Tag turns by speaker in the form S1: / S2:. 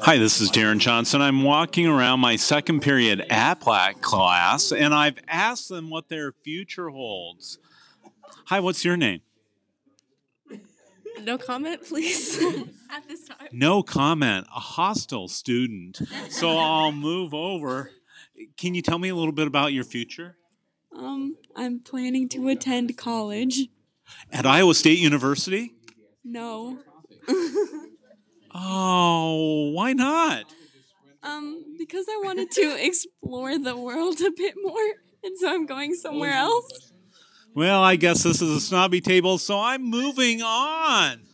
S1: Hi, this is Darren Johnson. I'm walking around my second period APLAC class, and I've asked them what their future holds. Hi, what's your name?
S2: No comment, please. At this time.
S1: No comment, a hostile student. So I'll move over. Can you tell me a little bit about your future?
S2: Um, I'm planning to attend college.
S1: At Iowa State University?
S2: No.
S1: Oh, why not?
S2: Um, because I wanted to explore the world a bit more, and so I'm going somewhere else.
S1: Well, I guess this is a snobby table, so I'm moving on.